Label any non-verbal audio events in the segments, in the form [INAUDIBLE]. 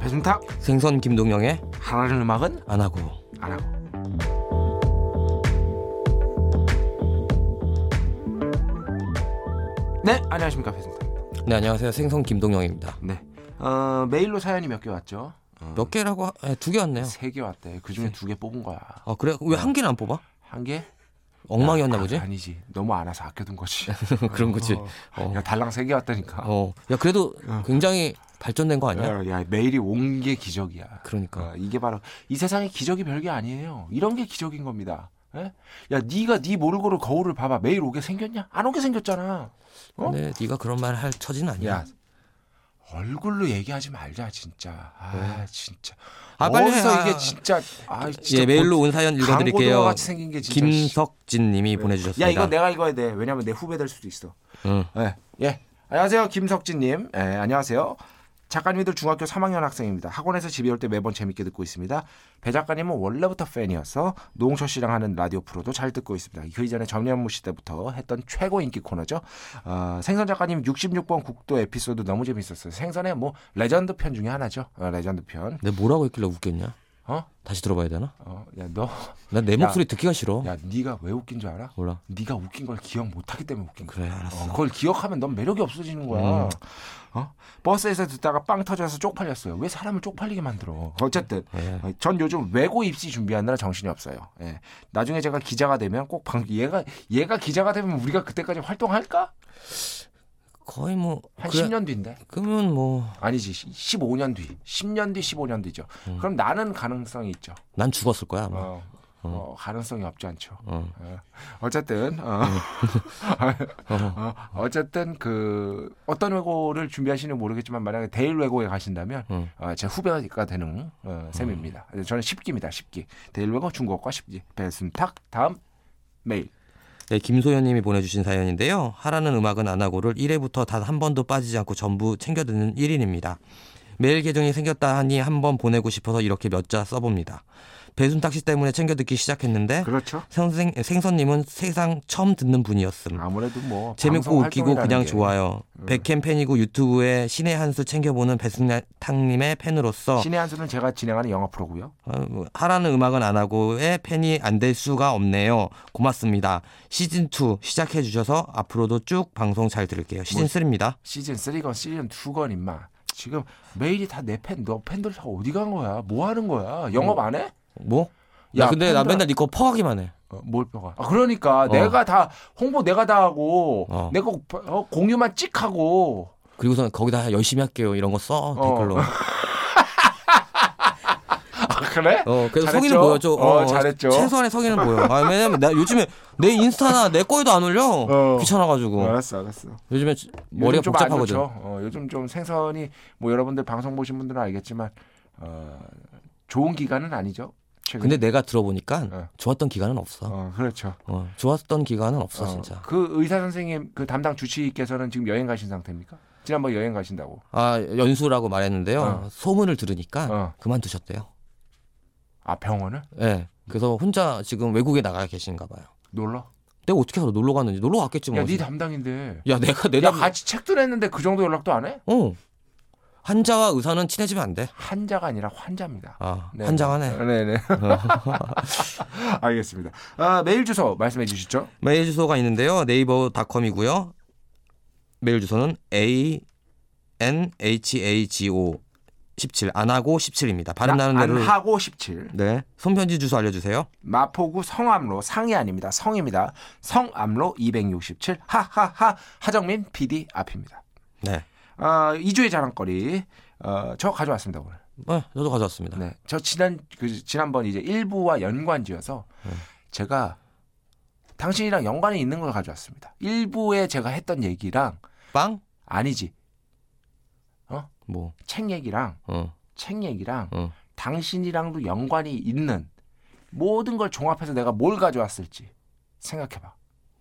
배순탁 생선 김동영의 하라는 음악은 안 하고 안 하고 네 안녕하십니까 배순탁입니다 네 안녕하세요 생선 김동영입니다 네 어, 메일로 사연이 몇 개 왔죠 어, 몇 개라고 아, 두 개 왔네요 세개 왔대 그중에 두 개 뽑은 거야 아 그래 왜 한 개는 안 뽑아 한 개? 엉망이었나 아, 보지 아니지 너무 안 와서 아껴둔 [LAUGHS] 거지 그런 거지 야 달랑 세 개 왔다니까 어. 어야 그래도 굉장히 발전된 거 아니야 야, 야, 메일이 온 게 기적이야 그러니까 어, 이게 바로 이 세상에 기적이 별게 아니에요. 이런 게 기적인 겁니다. 예? 야, 네가 네 몰골을 거울을 봐봐. 매일 오게 생겼냐? 안 오게 생겼잖아. 어? 근데 네가 그런 말 할 처지는 아니야 야, 얼굴로 얘기하지 말자 진짜. 아, 진짜. 네. 아, 빨리 해. 어디서 아. 이게 진짜. 아, 진짜. 예 메일로 온 사연 강고등어 읽어드릴게요 같이 생긴 게 진짜. 씨. 김석진님이 보내주셨습니다 야, 이거 내가 읽어야 돼. 왜냐면 내 후배 될 수도 있어. 응. 예. 예. 안녕하세요. 김석진님. 예, 안녕하세요. 작가님들 중학교 3학년 학생입니다. 학원에서 집에 올 때 매번 재밌게 듣고 있습니다. 배 작가님은 원래부터 팬이어서 노홍철 씨랑 하는 라디오 프로도 잘 듣고 있습니다. 그 이전에 전현무 씨 때부터 했던 최고 인기 코너죠. 어, 생선 작가님 66번 국도 에피소드 너무 재밌었어요. 생선의 뭐 레전드 편 중에 하나죠. 어, 레전드 편. 내가 뭐라고 했길래 웃겼냐 어? 다시 들어봐야 되나 어, 야, 너, 난 내 야. 목소리 듣기가 싫어 야, 네가 왜 웃긴 줄 알아? 몰라 네가 웃긴 걸 기억 못하기 때문에 웃긴 거야. 그래 알았어 어, 그걸 기억하면 넌 매력이 없어지는 거야. 어? 버스에서 듣다가 빵 터져서 쪽팔렸어요. 왜 사람을 쪽팔리게 만들어? 어쨌든 예. 어, 전 요즘 외고 입시 준비하느라 정신이 없어요. 예. 나중에 제가 기자가 되면 꼭 방, 얘가 얘가 기자가 되면 우리가 그때까지 활동할까? 거의 뭐 한 그래, 10년 뒤인데. 그러면 뭐 난 아니지. 15년 뒤. 10년 뒤 15년 뒤죠. 그럼 나는 가능성이 있죠. 죽었을 거야 아마 어, 어, 가능성이 없지 않죠. 어. 어. 어쨌든 [LAUGHS] 어. 어, 어쨌든 그 어떤 외고를 준비하시는 모르겠지만 만약에 대일 외고에 가신다면 음. 어, 제 후배가 되는 어, 셈입니다. 저는 10기입니다. 10기 대일 외고 중국과 10기 배순탁 다음 메일 네, 김소연님이 보내주신 사연인데요. 하라는 음악은 안 하고를 1회부터 단 한 번도 빠지지 않고 전부 챙겨 듣는 1인입니다. 메일 계정이 생겼다 하니 한 번 보내고 싶어서 이렇게 몇 자 써봅니다. 배순탁 씨 때문에 챙겨 듣기 시작했는데 그렇죠. 선생, 생선님은 세상 처음 듣는 분이었음. 아무래도 뭐 재밌고 방송 웃기고 활동이라는 그냥 게 음. 좋아요. 백캠 팬이고 유튜브에 신의 한 수 챙겨보는 배순탁님의 팬으로서 신의 한 수는 제가 진행하는 영화 프로고요. 어, 뭐, 하라는 음악은 안 하고의 팬이 안 될 수가 없네요. 고맙습니다. 시즌 2 시작해 주셔서 앞으로도 쭉 방송 잘 들을게요. 시즌 3입니다. 시즌 3건 시즌 2건 임마. 지금 메일이 다 내 팬, 너 팬들 다 어디 간 거야? 뭐 하는 거야? 영업 안 해? 뭐? 야, 야, 근데 나 팬들아- 맨날 니거 퍼가기만 해. 어, 뭘 뼈가? 아, 그러니까 내가 다 홍보 내가 다 하고 어. 내가 어, 공유만 찍하고 그리고선 거기다 열심히 할게요. 이런 거 써. 어. [LAUGHS] 댓글로. 아 그래? 어, 그래서 잘했죠? 성의는 보여줘. 어, 잘했죠. 최소한의 성의는 보여. 아, 왜냐면 나 요즘에 내 인스타나 내 거에도 안 올려. 어. 귀찮아가지고. 알았어, 알았어. 요즘에 머리가 요즘 좀안 복잡하거든. 좋죠. 어, 요즘 좀 생선이 뭐 여러분들 방송 보신 분들은 알겠지만 어, 좋은 기간은 아니죠. 최근. 근데 내가 들어보니까 어. 좋았던 기간은 없어. 어, 그렇죠. 어, 좋았던 기간은 없어, 어, 진짜. 그 의사 선생님 그 담당 주치의께서는 지금 여행 가신 상태입니까? 지난번 여행 가신다고. 아, 연수라고 말했는데요. 어. 소문을 들으니까 어. 그만두셨대요. 아 병원을 예. 그래서 혼자 지금 외국에 나가 계신가 봐요. 놀러? 내가 어떻게 알아 놀러 갔는지 놀러 갔겠지 뭐. 야, 네 담당인데. 야 내가 내 야, 담. 같이 책도 냈는데 그 정도 연락도 안 해? 어. 환자와 의사는 친해지면 안 돼. 환자가 아니라 환자입니다. 아 네. 환장하네. 네네. [LAUGHS] 알겠습니다. 아, 메일 주소 말씀해 주시죠. 메일 주소가 있는데요. 네이버닷컴이고요. 메일 주소는 a n h a g o 17 안하고 17입니다. 발음 나- 나는 대로. 안하고 17 네. 손편지 주소 알려주세요. 마포구 성암로 상이 아닙니다. 성입니다. 성암로 267 하하하 하정민 PD 앞입니다. 네. 아, 2주의 자랑거리 어, 저 가져왔습니다 오늘. 네, 저도 가져왔습니다. 네, 저 지난 그 지난번 이제 일부와 연관지어서 네. 제가 당신이랑 연관이 있는 걸 가져왔습니다. 일부에 제가 했던 얘기랑 빵? 아니지 뭐? 책 얘기랑 어. 책 얘기랑 어. 당신이랑도 연관이 있는 모든 걸 종합해서 내가 뭘 가져왔을지 생각해봐.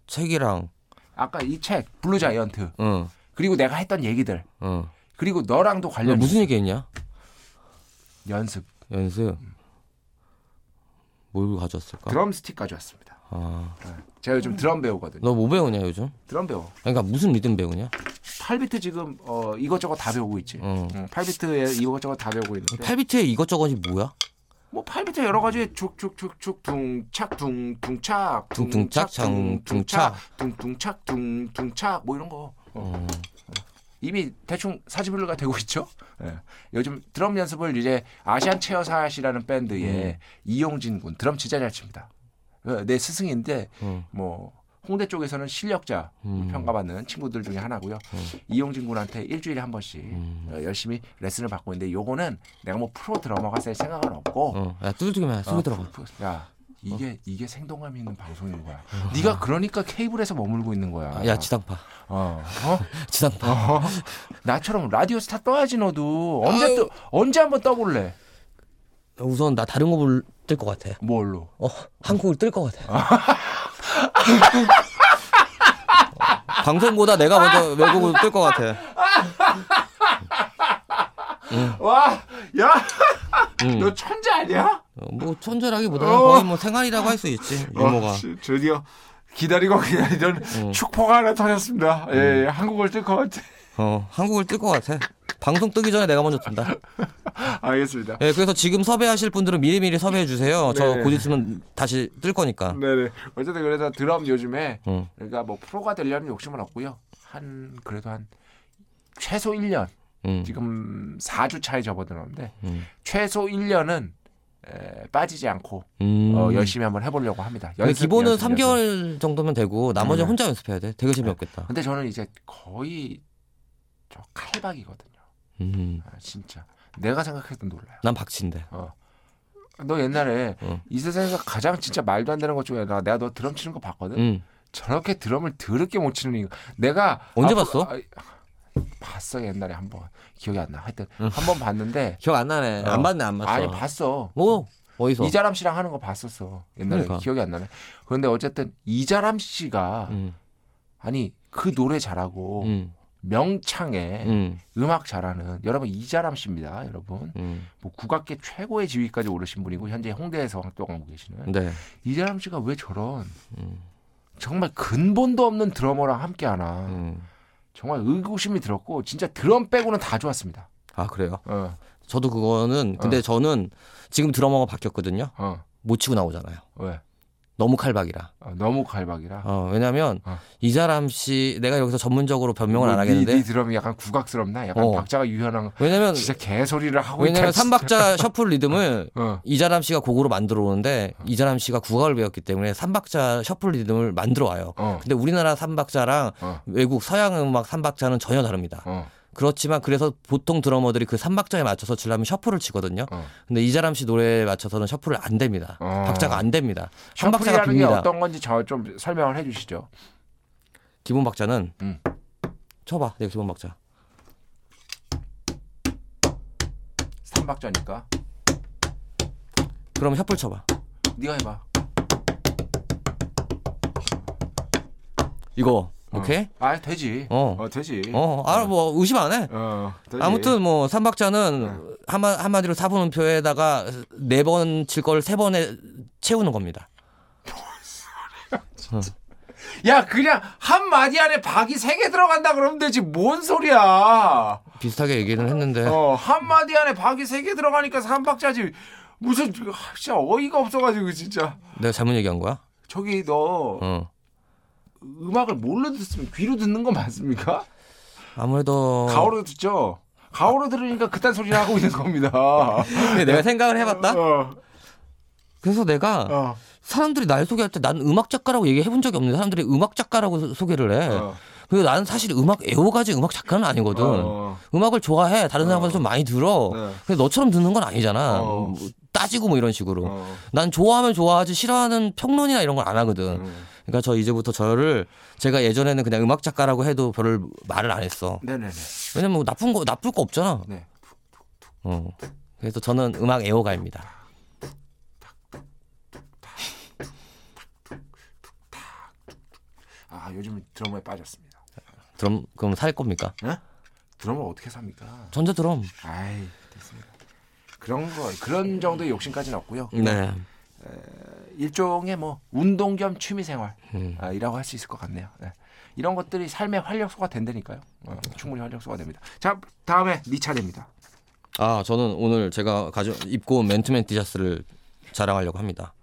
책이랑. 아까 이 책 블루 자이언트 응. 그리고 내가 했던 얘기들 응. 그리고 너랑도 너 관련 무슨 얘기했냐? 연습 연습. 뭘 가져왔을까? 드럼 스틱 가져왔습니다. 아, 어? 네. 제가 요즘 드럼 배우거든요. 너 뭐 배우냐 요즘? 드럼 배워. 그러니까 무슨 리듬 배우냐? 8비트 지금 어, 이것저것 다 배우고 있지. 어. 응, 8비트에 이것저것 다 배우고 있는데. 팔비트에 이것저것이 뭐야? 뭐 8비트 여러 가지 촉촉촉촉 둥착 둥둥착 둥둥착, 둥둥착 둥둥착 둥둥착 뭐 이런 거. 어. 음, 이미 대충 사지분류가 되고 있죠. 예. 요즘 드럼 연습을 이제 아시안 체어사시라는 음. 밴드의 이용진 군 드럼 진짜 잘 칩니다. 어, 내 스승인데 음. 뭐 홍대 쪽에서는 실력자 뭐 음. 평가받는 친구들 중에 하나고요. 이용진 군한테 일주일에 한 번씩 음. 어, 열심히 레슨을 받고 있는데 요거는 내가 뭐 프로 드러머가 될 생각은 없고 어, 야 두들기만 속에 어, 아, 들어가. 어. 프- 프- 야 이게 이게 생동감 있는 방송인 거야. 네가 그러니까 케이블에서 머물고 있는 거야. 아, 야 지상파, 어, 어? 지상파. 어, 나처럼 라디오 스타 떠야지 너도 언제 떠 언제 한번 떠볼래? 우선 나 다른 거뜰것 같아. 뭘로? 어, 한국을 뜰 것 같아. [LAUGHS] 방송보다 내가 먼저 외국을 뜰 것 같아. 와, 야, 음. 너 천재 아니야? 어, 뭐 천재라기보다는 어. 거의 뭐 생활이라고 할 수 있지 유머가. 어, 씨, 드디어 기다리고 기다리던 축포가 하나 터졌습니다. 예, 예, 한국을 뜰 것 같아. 어, 한국을 뜰 것 같아. 방송 뜨기 전에 내가 먼저 뜬다. 알겠습니다. 예, 그래서 지금 섭외하실 분들은 미리미리 섭외해 주세요. 저 네. 곧 있으면 다시 뜰 거니까. 네네. 어쨌든 그래서 드럼 요즘에 음. 그러니까 뭐 프로가 되려면 욕심은 없고요. 한 그래도 한 최소 1년 음. 지금 4주 차에 접어드는데 음. 최소 1년은 에, 빠지지 않고 음. 어, 열심히 한번 해보려고 합니다. 근데 연습, 기본은 연습, 3개월 정도면 되고 나머지 는 음. 혼자 연습해야 돼. 되게 연습. 재미없겠다. 근데 저는 이제 거의 저 칼박이거든요. 음. 아, 진짜 내가 생각해도 놀라요. 난 박친데. 어. 너 옛날에 어. 이 세상에서 가장 진짜 말도 안 되는 것 중에 하나 내가 너 드럼 치는 거 봤거든. 음. 저렇게 드럼을 더럽게 못 치는 이유. 내가 언제 앞으로- 봤어? 아, 봤어 옛날에 한 번 기억이 안 나. 하여튼 한 번 봤는데 기억 안 나네. 안 어. [LAUGHS] 봤네, 안 봤어. 아니 봤어. 뭐 어디서? 이자람 씨랑 하는 거 봤었어 옛날에 그러니까. 기억이 안 나네. 그런데 어쨌든 이자람 씨가 음. 아니 그 노래 잘하고 음. 명창에 음. 음악 잘하는 여러분 이자람 씨입니다. 여러분 음. 뭐 국악계 최고의 지위까지 오르신 분이고 현재 홍대에서 활동하고 계시는 네. 이자람 씨가 왜 저런 음. 정말 근본도 없는 드러머랑 함께하나 음. 정말 의구심이 들었고 진짜 드럼 빼고는 다 좋았습니다. 아, 그래요. 어, 저도 그거는 근데 저는 지금 드러머가 바뀌었거든요. 어, 못 치고 나오잖아요. 왜? 너무 칼박이라. 어, 너무 갈박이라. 어, 왜냐면 어. 이자람 씨 내가 여기서 전문적으로 변명을 안 뭐 하겠는데 네, 네 드럼이 약간 국악스럽나? 약간 어. 박자가 유연한 거. 왜냐면 진짜 개소리를 하고 있다. 음. 왜냐면 진짜. 삼박자 셔플 리듬을 어, 이자람 씨가 곡으로 만들어 오는데 아. 이자람 씨가 국악을 배웠기 때문에 삼박자 셔플 리듬을 만들어 와요. 어, 근데 우리나라 삼박자랑 어, 외국 서양 음악 삼박자는 전혀 다릅니다. 어, 그렇지만 그래서 보통 드러머들이 그 삼박자에 맞춰서 치려면 셔플을 치거든요. 어. 근데 이자람 씨 노래에 맞춰서는 셔플을 안 됩니다. 어. 박자가 안 됩니다. 한 박자가 셔플이라는 게 빕니다. 어떤 건지 저 좀 설명을 해주시죠. 기본 박자는 음. 쳐봐. 내 기본 박자. 삼박자니까 그럼 셔플 쳐봐. 네가 해봐. 이거 어. 오케이? 아 되지. 어. 어 되지. 어, 아, 뭐, 의심 안 해. 어, 네. 되지. 아무튼 뭐, 삼박자는 한마, 한마디로 사분음표에다가 네 번 칠 걸 세 번에 채우는 겁니다. 야 그냥 한 마디 안에 박이 세 개 들어간다 그러면 되지 뭔 소리야. 비슷하게 얘기는 했는데. 어, 한 마디 안에 박이 세 개 들어가니까 삼박자지. 무슨 아, 진짜 어이가 없어가지고 진짜. 내가 잘못 얘기한 거야? 저기 너 어. 음악을 뭘로 듣습니까? 귀로 듣는 거 맞습니까? 아무래도. 가오로 듣죠. 가오로 들으니까 그딴 소리를 하고 있는 겁니다. 근데 내가 생각을 해봤다? 어, 그래서 내가 어, 사람들이 날 소개할 때 난 음악 작가라고 얘기해 본 적이 없는데 사람들이 음악 작가라고 소개를 해. 어, 그리고 나는 사실 음악 애호가지 음악 작가는 아니거든. 어. 음악을 좋아해. 다른 사람보다 좀 많이 들어. 네. 근데 너처럼 듣는 건 아니잖아. 어. 뭐 따지고 뭐 이런 식으로. 어. 난 좋아하면 좋아하지 싫어하는 평론이나 이런 걸 안 하거든. 음. 그러니까 저 이제부터 저를 제가 예전에는 그냥 음악 작가라고 해도 별을 말을 안 했어. 네네네. 왜냐면 뭐 나쁜 거 나쁠 거 없잖아. 네. 어. 그래서 저는 음악 애호가입니다. 아 요즘 드러머에 빠졌습니다. 드럼 그럼 살 겁니까? 네? 드러머 어떻게 삽니까? 전자 드럼. 아이 됐습니다. 그런 거 그런 정도의 욕심까지는 없고요. 네. 일종의 뭐 운동 겸 취미 생활이라고 음. 할 수 있을 것 같네요. 네. 이런 것들이 삶의 활력소가 된다니까요. 어, 충분히 활력소가 됩니다. 자 다음에 니 차례입니다. 아 저는 오늘 제가 가져 입고 온 맨투맨 티셔츠를 자랑하려고 합니다.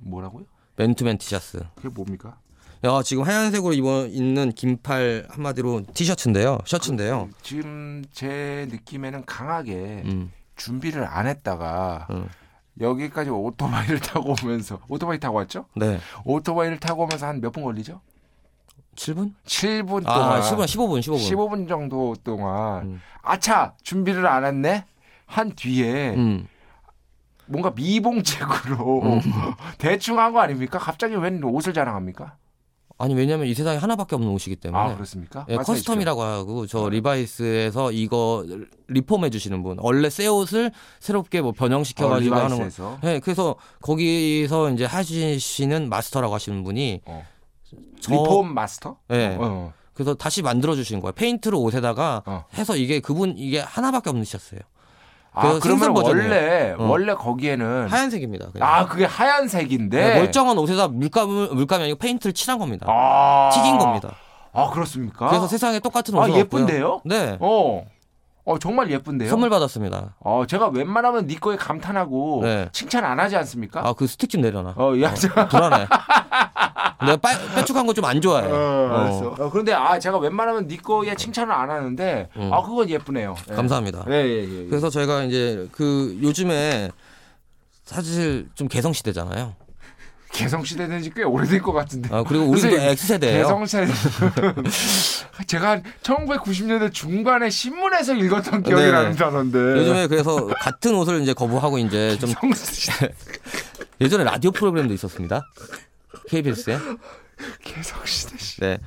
뭐라고요? 맨투맨 티셔츠. 그게 뭡니까? 야 지금 하얀색으로 입어 있는 긴팔 한마디로 티셔츠인데요, 셔츠인데요. 지금 제 느낌에는 강하게 음. 준비를 안 했다가 음. 여기까지 오토바이를 [LAUGHS] 타고 오면서 오토바이 타고 왔죠? 네. 오토바이를 타고 오면서 한 몇 분 걸리죠? 7분? 7분 동안 아, 10분, 15분, 15분. 15분 정도 동안 음. 아차 준비를 안 했네 한 뒤에 음. 뭔가 미봉책으로 [LAUGHS] 대충 한 거 아닙니까? 갑자기 웬 옷을 자랑합니까? 아니 왜냐면 이 세상에 하나밖에 없는 옷이기 때문에. 아 그렇습니까? 예, 말씀해 주십시오. 네. 커스텀이라고 하고 저 리바이스에서 이거 리폼해 주시는 분 원래 새 옷을 새롭게 뭐 변형시켜 어, 가지고 하는 거. 리바이스에서 네, 그래서 거기서 이제 하시는 마스터라고 하시는 분이 어. 저- 리폼 마스터? 네, 어, 어. 그래서 다시 만들어 주시는 거예요. 페인트로 옷에다가 어. 해서 이게 그분 이게 하나밖에 없는 셔츠예요. 아 그 그러면 생선 버전이에요. 원래 어. 원래 거기에는 하얀색입니다. 그냥. 네. 아 그게 하얀색인데 네, 멀쩡한 옷에다 물감을 물감이 아니고 페인트를 칠한 겁니다. 아. 튀긴 겁니다. 아 그렇습니까? 그래서 세상에 똑같은 아 옷은 예쁜데요? 없고요. 네. 어. 어 정말 예쁜데요. 선물 받았습니다. 어 제가 웬만하면 네 거에 감탄하고 네. 칭찬 안 하지 않습니까? 아 그 스틱 좀 내려놔. 어, 야, 저- [LAUGHS] 불안해. 내가 빨, 빼쭉한 거 좀 안 좋아해. 어. 어, 그런데 아 제가 웬만하면 네 거에 칭찬을 안 하는데 음. 아 그건 예쁘네요. 예. 감사합니다. 예, 예, 예, 예. 그래서 저희가 이제 그 요즘에 사실 좀 개성 시대잖아요. 개성 시대는 지꽤 오래된 것 같은데. 아, 그리고 우리도 선생님, X 세대예요. 개성 시대는 [LAUGHS] 제가 한 1990년대 중반에 신문에서 읽었던 기억이 네. 나는 단어인데. 요즘에 그래서 같은 옷을 이제 거부하고 이제 좀 [LAUGHS] 개성 시대. 예전에 라디오 프로그램도 있었습니다. KBS에. 개성 시대. 씨. 네.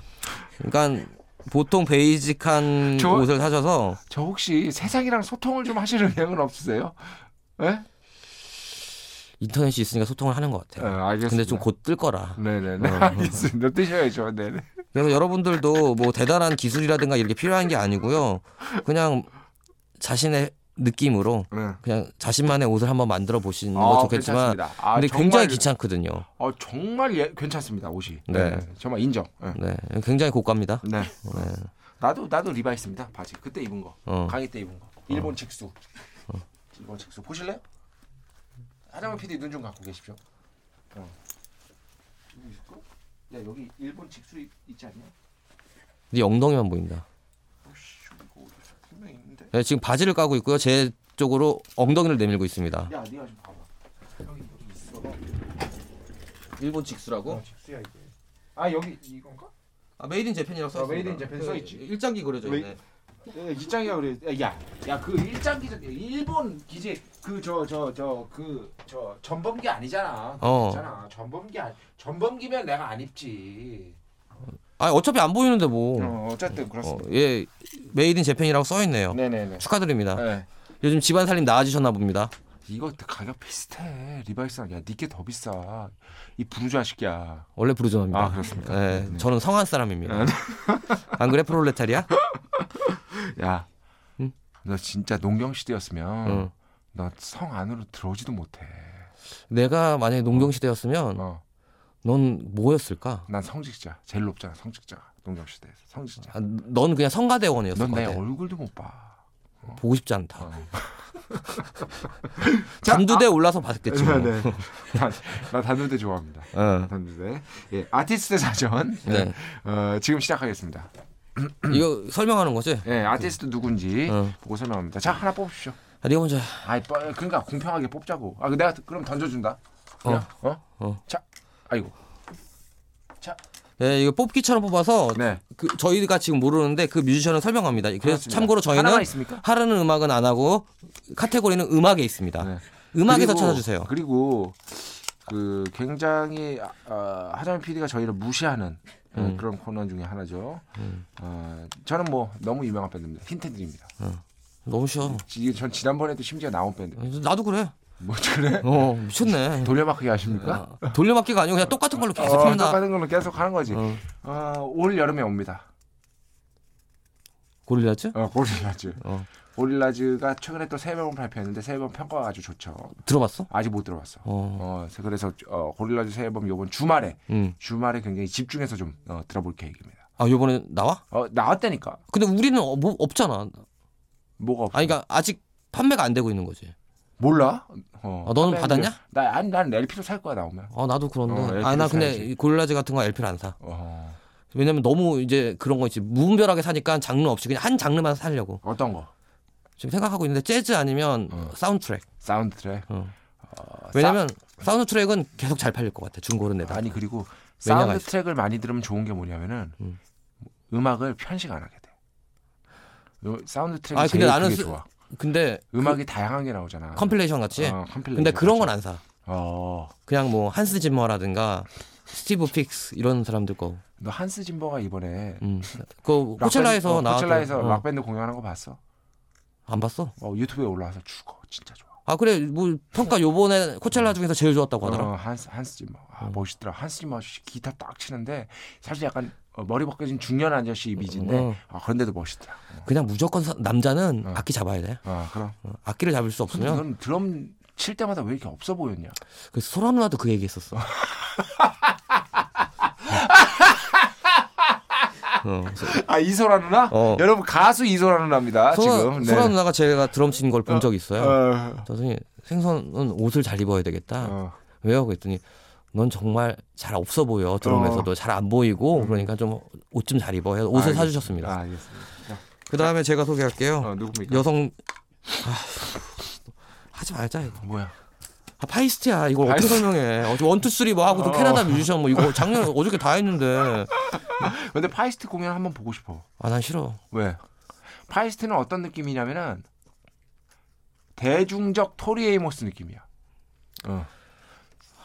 그러니까 보통 베이직한 저- 옷을 사셔서 저 혹시 세상이랑 소통을 좀 하시는 의향은 없으세요? 예? 인터넷이 있으니까 소통을 하는 것 네? 같아요. 알겠습니다. 근데 좀 어. 곧 뜰 거라. 네네네. 알겠습니다. 뜨셔야죠. 네네. 그래서 여러분들도 뭐 대단한 기술이라든가 이렇게 필요한 게 아니고요. 그냥 자신의 느낌으로 네. 그냥 자신만의 옷을 한번 만들어 보시는 거 좋겠지만 괜찮습니다. 아, 근데 정말, 굉장히 귀찮거든요. 어, 정말 예, 괜찮습니다. 옷이. 네. 네. 정말 인정. 네. 네. 굉장히 고가입니다. 네. 나도 나도 리바이스입니다. 바지. 그때 입은 거. 어. 강의 때 입은 거. 일본 직수. 일본 직수 보실래요? 하장원 PD 눈 좀 갖고 계십시오. 어. 여기 있을까? 야 여기 일본 직수 있- 있지 않냐? 네 엉덩이만 보인다. 오씨 이거 어디서 분명 있는데. 네, 지금 바지를 까고 있고요. 제 쪽으로 엉덩이를 내밀고 있습니다. 야 네가 좀 봐봐. 여기 여기 있어. 일본 직수라고? 어, 직수야 이게. 아 여기 이건가? 아, 메이드 인 재팬이라고 써 아, 메이드 인 있습니다. 재팬 그 써 있지. 일장기 그려져 메이- 있네. 야, 예, 일장기가 그래. 야야그 일장 기자 일본 기재 그저 저 저 그 저 전범기 아니잖아. 어. 있잖아. 전범기 아니 전범기면 내가 안 입지. 아, 어차피 안 보이는데 뭐. 어, 어쨌든 어. 어, 그렇습니다. 예. 메이드 인 재팬이라고 써 있네요. 네네네. 축하드립니다. 네. 요즘 집안 살림 나아지셨나 봅니다. 이거 가격 비슷해 리바이스랑 야 니께 더 비싸 이 부르주아 새끼야 원래 부르전입니다. 아, 그렇습니까? 예, 네. 저는 성한 사람입니다. 안 그래 프롤레타리아? 야너 어. 응? 진짜 농경시대였으면 응. 너 성 안으로 들어오지도 못해 내가 만약에 농경 시대였으면 어. 넌 뭐였을까? 난 성직자 제일 높잖아 성직자가 농경시대에서 성직자 아, 넌 그냥 성가대원이었을 넌 것 내 같아. 네. 얼굴도 못봐 보고 싶지 않다. [LAUGHS] 어. 자, 단두대 올라서 봤겠지. 뭐. 네. 나, 나 단두대 좋아합니다 어. 단두대 예, 아티스트 사전 네. 어, 지금 시작하겠습니다 이거 설명하는 거지? 예, 아티스트 누군지 어. 보고 설명합니다 자 하나 뽑으십시오 아, 네가 먼저. 해. 아이 뻔- 그러니까 공평하게 뽑자고. 아 내가 그럼 던져준다. 그냥, 어? 어? 어. 자, 아이고. 자, 네, 이거 뽑기처럼 뽑아서 네. 그 저희가 지금 모르는데 그 뮤지션을 설명합니다. 그래서 그렇습니다. 참고로 하나만 저희는 있습니까? 하라는 음악은 안 하고 카테고리는 음악에 있습니다. 네. 음악에서 그리고- 찾아주세요. 그리고 그 굉장히 아, 아, 하정민 PD가 저희를 무시하는 어, 음. 그런 코너 중에 하나죠. 어, 저는 뭐 너무 유명한 밴드입니다. 힌트 드립니다. 너무 쉬워. 지- 전 지난번에도 심지어 나온 밴드. 나도 그래. 뭐 그래? [LAUGHS] 어 미쳤네. 돌려막기 아십니까? 아, 돌려막기가 아니고 그냥 똑같은 걸로 어, 계속 한다. 똑같은 걸로 계속 하는 거지. 어. 어, 올 여름에 옵니다. 고릴라즈? 어, 고르지 마지. 어. 오릴라즈가 최근에 또 새 앨범 발표했는데 새 앨범 평가가 아주 좋죠. 들어봤어? 아직 못 들어봤어. 어. 어, 그래서 어, 고릴라즈 새 앨범 요번 주말에 음. 주말에 굉장히 집중해서 좀 어, 들어볼 계획입니다. 아 요번에 나와? 어, 나왔다니까. 근데 우리는 어, 뭐 없잖아. 뭐가 없어? 아니 그러니까 아직 판매가 안 되고 있는 거지. 몰라? 어, 아, 너는 판매율- 받았냐? 나 아니 난 LP로 살 거야 나오면. 아 나도 그런데. 어, LP 아니 나 근데 사야지. 이 고릴라즈 같은 거 LP를 안 사. 어, 왜냐면 너무 이제 그런 거 있지 무분별하게 사니까 장르 없이 그냥 한 장르만 살려고 어떤 거? 지금 생각하고 있는데 재즈 아니면 어. 사운드트랙. 사운드 트랙. 어. 어, 왜냐면 사운드 트랙은 계속 잘 팔릴 것 같아 중고를 싸- 내다. 아니 그리고 왜냐가 사운드 트랙을 많이 들으면 좋은 게 뭐냐면은 음. 음악을 편식 안 하게 돼. 요- 사운드 트랙이 아니, 근데 제일 나는 그게 쓰- 좋아. 근데 음악이 다양한 게 나오잖아. 컴필레이션 같이. 어, 컴필레이션 근데 그런 같이. 건 안 사. 어, 그냥 뭐 한스 짐머라든가 스티브 픽스 이런 사람들 거. 너 한스 짐버가 이번에 음. 그 락밴드- 코첼라에서 어, 나왔던 코첼라에서 어, 락밴드 공연한 거 봤어? 안 봤어? 어, 유튜브에 올라와서 죽어. 진짜 좋아. 아 그래 뭐 평가 요번에 코첼라 중에서 제일 좋았다고 하더라. 어, 한스 한스 짐머. 아, 멋있더라. 한스 짐머 아저씨 기타 딱 치는데 사실 약간 어, 머리 벗겨진 중년 아저씨 이미지인데 어. 아, 그런데도 멋있더라. 어, 그냥 무조건 사- 남자는 어. 음. 악기 잡아야 돼. 아, 그럼. 어, 악기를 잡을 수 근데 없으면 넌 드럼 칠 때마다 왜 이렇게 없어 보였냐? 그 소라 누나도 그 얘기했었어. 어, 아 이소라 누나? 어. 여러분 가수 이소라 누나입니다. 소라, 아, 지금. 네. 소라 누나가 제가 드럼 친 걸 본 적이 있어요. 어, 저 선생님 생선은 옷을 잘 입어야 되겠다. 어. 왜요? 그랬더니 넌 정말 잘 없어 보여 드럼에서도 잘 안 보이고 그러니까 좀 옷 좀 잘 입어 해서 옷을 음. 알겠- 사주셨습니다. 아, 알겠습니다. 자, 그 다음에 제가 소개할게요. 어, 누굽니까? 여성 아, 하지 말자 이거. 뭐야? 아, 파이스트야 이걸 어떻게 설명해? 어, 원투 쓰리 뭐 하고 또 어. 캐나다 뮤지션 뭐 이거 작년 에 어저께 다 했는데 근데 파이스트 공연 한번 보고 싶어. 아 난 싫어. 왜? 파이스트는 어떤 느낌이냐면은 대중적 토리에이모스 느낌이야. 어.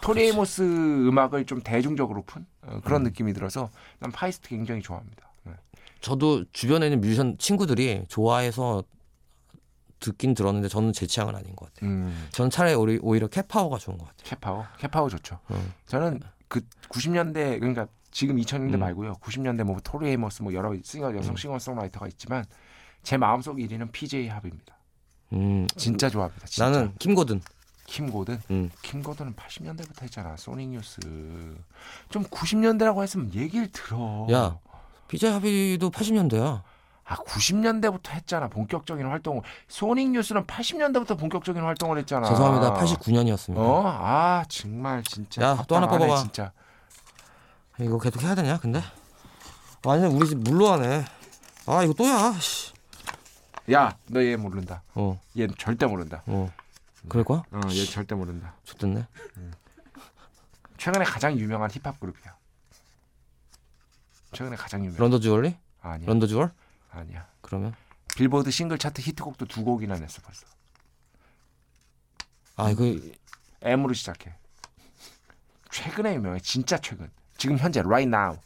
토리에이모스 음악을 좀 대중적으로 푼 어, 그런 느낌이 들어서 난 파이스트 굉장히 좋아합니다. 네. 저도 주변에 있는 뮤지션 친구들이 좋아해서 듣긴 들었는데 저는 제 취향은 아닌 것 같아요. 음, 저는 차라리 오히- 오히려 캐파워가 좋은 것 같아요. 캐파워, 캐파워 좋죠. 음. 저는 그 90년대 그러니까 지금 2000년대 음. 말고요. 90년대 뭐 토리에이모스 뭐 여러 싱어 여성 싱어송라이터가 있지만 제 마음속 1위는 PJ 합입니다. 음, 진짜 좋아합니다. 진짜. 나는 킴고든. 킴 고든. 음. 킴 고든은 80년대부터 했잖아. 소닉 뉴스. 좀 90년대라고 했으면 얘기를 들어. 야. 피자 합의도 80년대야. 아 90년대부터 했잖아. 본격적인 활동을. 소닉 뉴스는 80년대부터 본격적인 활동을 했잖아. 죄송합니다. 89년이었습니다. 어? 아 정말 진짜. 야, 또 하나 답답하네, 뽑아봐. 진짜. 이거 계속 해야 되냐? 근데 아니 우리 집 물로하네. 아 이거 또야. 씨. 야, 너 얘 모른다. 어, 얘 절대 모른다. 어. 음. 그럴 거야? 어, 얘 절대 모른다. 좋겠네. 최근에 가장 유명한 힙합 그룹이야. 최근에 가장 유명. 런던 주얼리? 아니야. 런던 주얼? 아니야. 그러면 빌보드 싱글 차트 히트곡도 두 곡이나 냈어 벌써. 아 이거 M으로 시작해. 최근에 유명해. 진짜 최근. 지금 현재 right now.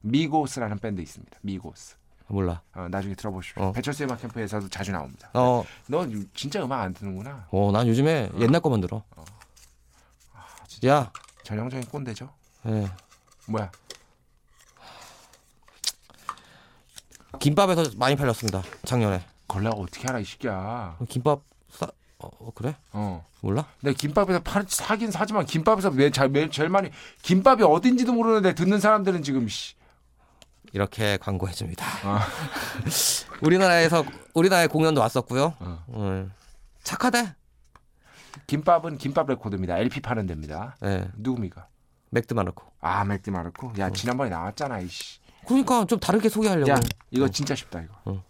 미고스라는 밴드 있습니다. 미고스. 몰라. 어, 나중에 들어보십시오. 어. 배철수의 음악 캠프에서도 자주 나옵니다. 어, 너 유- 진짜 음악 안 듣는구나. 어, 난 요즘에 옛날 거만 들어. 아, 야, 전형적인 꼰대죠. 예. 뭐야? 김밥에서 많이 팔렸습니다. 작년에. 걸레가 어떻게 알아 이 새끼야. 김밥 싸? 어, 어, 그래? 어. 몰라? 근데 김밥에서 팔 사긴 사지만 김밥에서 왜 자- 매- 제일 많이 김밥이 어딘지도 모르는데 듣는 사람들은 지금 씨. 이렇게 광고해 줍니다. 아. [LAUGHS] 우리나라에서 우리나라에 공연도 왔었고요. 어. 음. 착하대? 김밥은 김밥 레코드입니다. LP 파는 데입니다. 예. 누굽니까? 맥드 마르코. 아 맥디 마르코. 야 지난번에 나왔잖아 이씨. 그러니까 좀 다르게 소개하려고. 야 뭐, 어. 이거 진짜 쉽다 이거.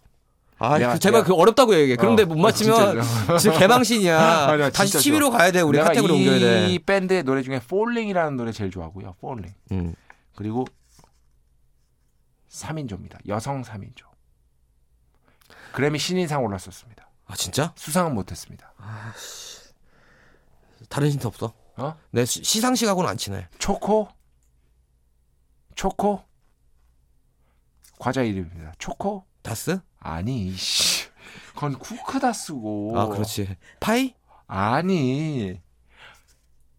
아, 내가- 그 제발 내가- 그 어렵다고 얘기해. 그런데 어, 못 맞히면 [LAUGHS] 진짜. 진짜 개망신이야. [LAUGHS] 아니야, 다시 진짜 TV로 가야 돼. 우리 내가 카테고리 옮겨야 이 돼. 밴드의 노래 중에 Falling이라는 노래 제일 좋아하고요. Falling 음. 그리고 3인조입니다. 여성 3인조. 그래미 신인상 올랐었습니다. 아 진짜? 수상은 못했습니다. 다른 힌트 없어? 어? 내 시- 시상식하고는 안 친해. 초코 초코 과자 이름입니다. 초코 다스? 아니 씨. 그건 쿠크다 쓰고 아 그렇지. 파이? 아니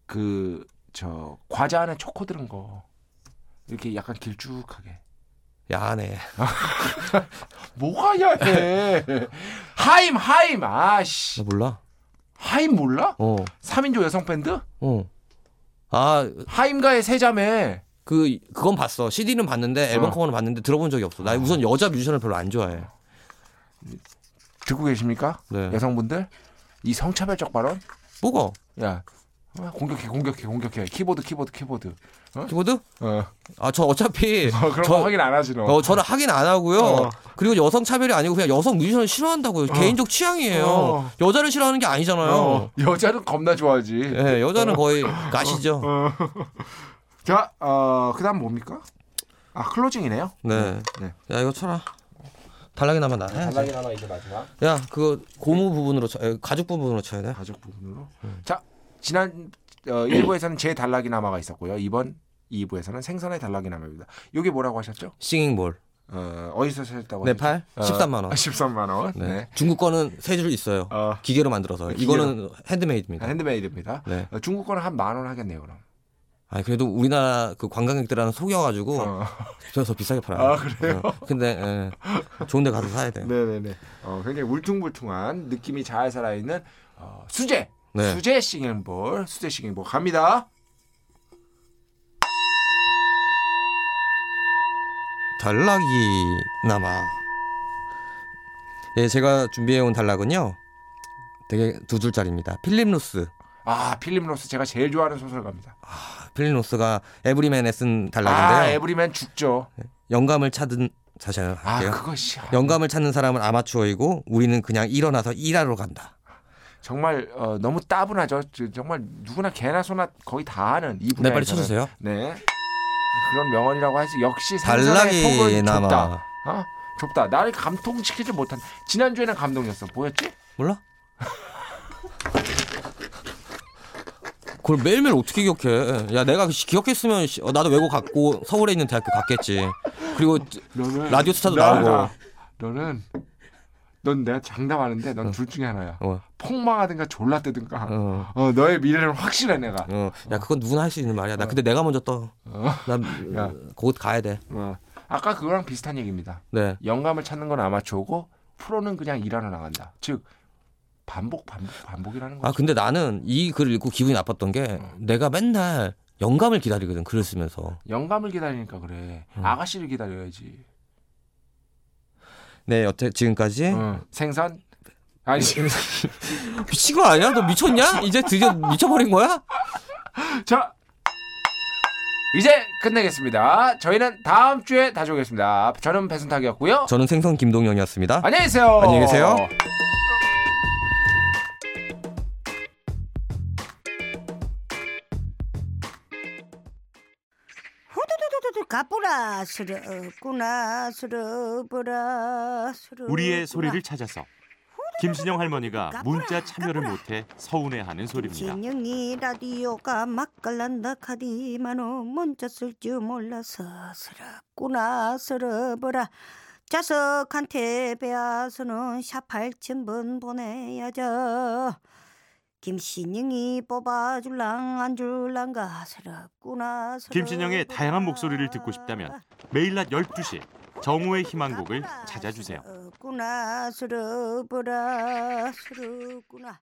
그 저 과자 안에 초코 들은 거 이렇게 약간 길쭉하게 야하네. 뭐가 야해? 하임 하임 아씨 나 몰라. 하임 몰라? 어, 3인조 여성 밴드? 어. 아, 하임가의 세 자매. 그 그건 봤어. CD는 봤는데 앨범 어. 아. 커버는 봤는데 들어본 적이 없어. 나 우선 여자 뮤지션을 별로 안 좋아해. 듣고 계십니까? 네. 여성분들 이 성차별적 발언? 뭐가? 야 어, 공격해 공격해 공격해 키보드 키보드 키보드. 어? 키보드? 어. 아, 저 어차피 어, 그런 거 저 확인 안 하지 너. 어, 저는 하긴 안 하고요. 어. 그리고 여성 차별이 아니고 그냥 여성 뮤지션을 싫어한다고요. 개인적 취향이에요. 어. 여자를 싫어하는 게 아니잖아요. 어, 여자는 겁나 좋아하지. 예, 여자는 거의 가시죠. 어. 자, 어, 그다음 뭡니까? 아 클로징이네요. 네. 네. 야, 이거 쳐라. 달락이나 한번 나. 해야지. 하나 이제 마지막. 야, 그거 고무 부분으로 쳐. 에, 가죽 부분으로 쳐야 돼. 가족 부분으로. 네. 자, 지난 어, 1부에서는 제 단락이 남아가 있었고요. 이번 2부에서는 생선의 단락이 남아입니다. 이게 뭐라고 하셨죠? 싱잉볼. 어, 어디서 샀다고 네, 하셨죠? 팔. 어, 13만 원. 아, 13만 원. 네. 네. 중국 거는 세 줄 있어요. 어, 기계로 만들어서. 요 기계로. 이거는 핸드메이드입니다. 핸드메이드입니다. 네. 어, 중국 거는 한 만 원 하겠네요, 그럼. 아니 그래도 우리나라 그 관광객들한테 속여가지고 어. [LAUGHS] 저서 비싸게 팔아요. 아, 그래요? 어, 근데 예, 좋은데 가서 사야 돼. 요 네, 네, 네. 어, 굉장히 울퉁불퉁한 느낌이 잘 살아 있는 어, 수제. 네. 수제 싱잉볼, 수제 싱잉볼 갑니다. 달락이 남아. 예, 제가 준비해온 달락은요. 되게 두 줄짜리입니다. 필립 로스. 아, 필립 로스 제가 제일 좋아하는 소설가입니다. 아, 필립 로스가 에브리맨에 쓴 달락인데요. 아, 에브리맨 죽죠. 영감을 찾은 다시 아, 할게요. 그거 씨. 아, 영감을 찾는 사람은 아마추어이고 우리는 그냥 일어나서 일하러 간다. 정말 어, 너무 따분하죠. 저- 정말 누구나 개나 소나 거의 다 아는 이 분야. 네, 빨리 쳐주세요. 네. 그런 명언이라고 하지 역시 생산의 달락이 폭은 좁다. 남아. 어? 좁다. 나를 감동시키지 못한. 지난 주에는 감동이었어. 뭐였지? 몰라? 그걸 매일매일 어떻게 기억해? 야, 내가 씨, 기억했으면 씨, 어, 나도 외고 갔고 서울에 있는 대학교 갔겠지. 그리고 너는 라디오 스타도 나, 나오고. 나. 너는 넌 내가 장담하는데 넌 둘 중에 하나야. 어, 폭망하든가 졸라뜨든가. 어. 어, 너의 미래는 확실해 내가. 어. 야, 그건 누구나 할 수 있는 말이야. 나 근데 내가 먼저 떠. 야. 난 거기 어. [LAUGHS] 가야 돼. 어. 아까 그거랑 비슷한 얘기입니다. 네. 영감을 찾는 건 아마추어고 프로는 그냥 일하러 나간다. 즉 반복 반복 반복이라는 아, 거죠. 근데 나는 이 글을 읽고 기분이 나빴던 게 내가 맨날 영감을 기다리거든. 글을 쓰면서. 영감을 기다리니까 그래. 어. 아가씨를 기다려야지. 네, 여태 지금까지 응. 생선 아니 지금 미친 거 아니야? 너 미쳤냐? 이제 드디어 미쳐버린 거야? 자 이제 끝내겠습니다. 저희는 다음 주에 다시 오겠습니다. 저는 배순탁이었고요. 저는 생선 김동영이었습니다. 안녕히 계세요. 안녕히 계세요. 후두두두두 가뿌라 스럽구나 스럽으라 스럽 우리의 소리를 찾아서 김신영 음, 할머니가 문자 참여를 까불아. 못해 서운해하는 소리입니다. 진영이 라디오가 막걸란다 카디만은 문자 쓸 줄 몰라서 스럽구나 스럽으라 자석한테 배아서는 샵 8,000번 보내야죠 김신영이 뽑아줄랑 안 줄랑가 스럽구나 스럽 김신영의 다양한 목소리를 듣고 싶다면 매일 낮 12시 정우의 희망곡을 찾아주세요. 어, 스럽구나 스럽으라 스럽구나